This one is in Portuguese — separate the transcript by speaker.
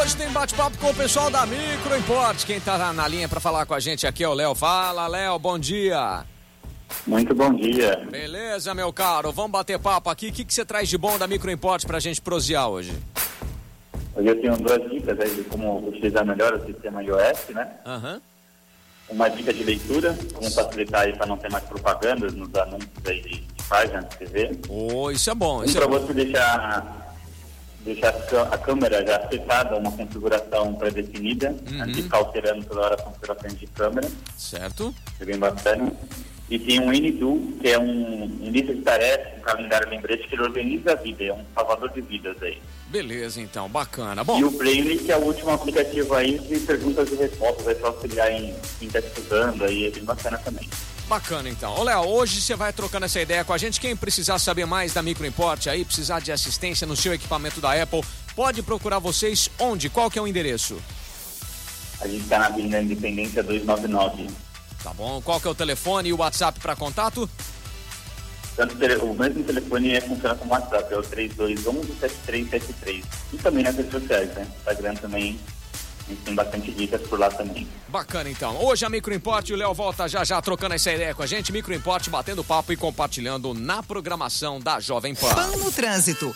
Speaker 1: Hoje tem bate-papo com o pessoal da Micro Import. Quem tá na linha para falar com a gente aqui é o Léo. Fala, Léo, bom dia.
Speaker 2: Muito bom dia.
Speaker 1: Beleza, meu caro. Vamos bater papo aqui. O que, que você traz de bom da Micro Import pra gente prosear hoje?
Speaker 2: Hoje eu tenho duas dicas aí de como utilizar melhor o sistema iOS, né?
Speaker 1: Aham.
Speaker 2: Uma dica de leitura, como facilitar aí para não ter mais propagandas nos anúncios aí de, de página de TV.
Speaker 1: Oh, isso é bom.
Speaker 2: E
Speaker 1: Isso é
Speaker 2: para
Speaker 1: bom.
Speaker 2: você deixar, deixar a cã- a câmera já setada, uma configuração pré-definida, né, de ficar alterando toda hora as configurações de câmera,
Speaker 1: Certo?
Speaker 2: que é bem bacana. E tem um NDO, que é um, um lista de tarefas, um calendário lembrete que ele organiza a vida, é um salvador de vidas aí.
Speaker 1: Beleza, então. Bacana. Bom,
Speaker 2: E o Braille, que é o último aplicativo aí de perguntas e respostas, aí para auxiliar em quem está estudando, aí é bem bacana também.
Speaker 1: Bacana então. Ô Léo, hoje você vai trocando essa ideia com a gente. Quem precisar saber mais da Micro Import aí, precisar de assistência no seu equipamento da Apple, pode procurar vocês onde? Qual que é o endereço?
Speaker 2: A gente está na Avenida Independência 299.
Speaker 1: Tá bom? Qual que é o telefone e o WhatsApp para contato?
Speaker 2: Tanto tele- o mesmo telefone é, funciona como WhatsApp, é o 3211-7373. E também nas redes sociais, né? Instagram também, a gente tem bastante dicas por lá também.
Speaker 1: Bacana então. Hoje a Micro Import e o Léo volta já já trocando essa ideia com a gente. Micro Import batendo papo e compartilhando na programação da Jovem Pan.
Speaker 3: Pan no trânsito.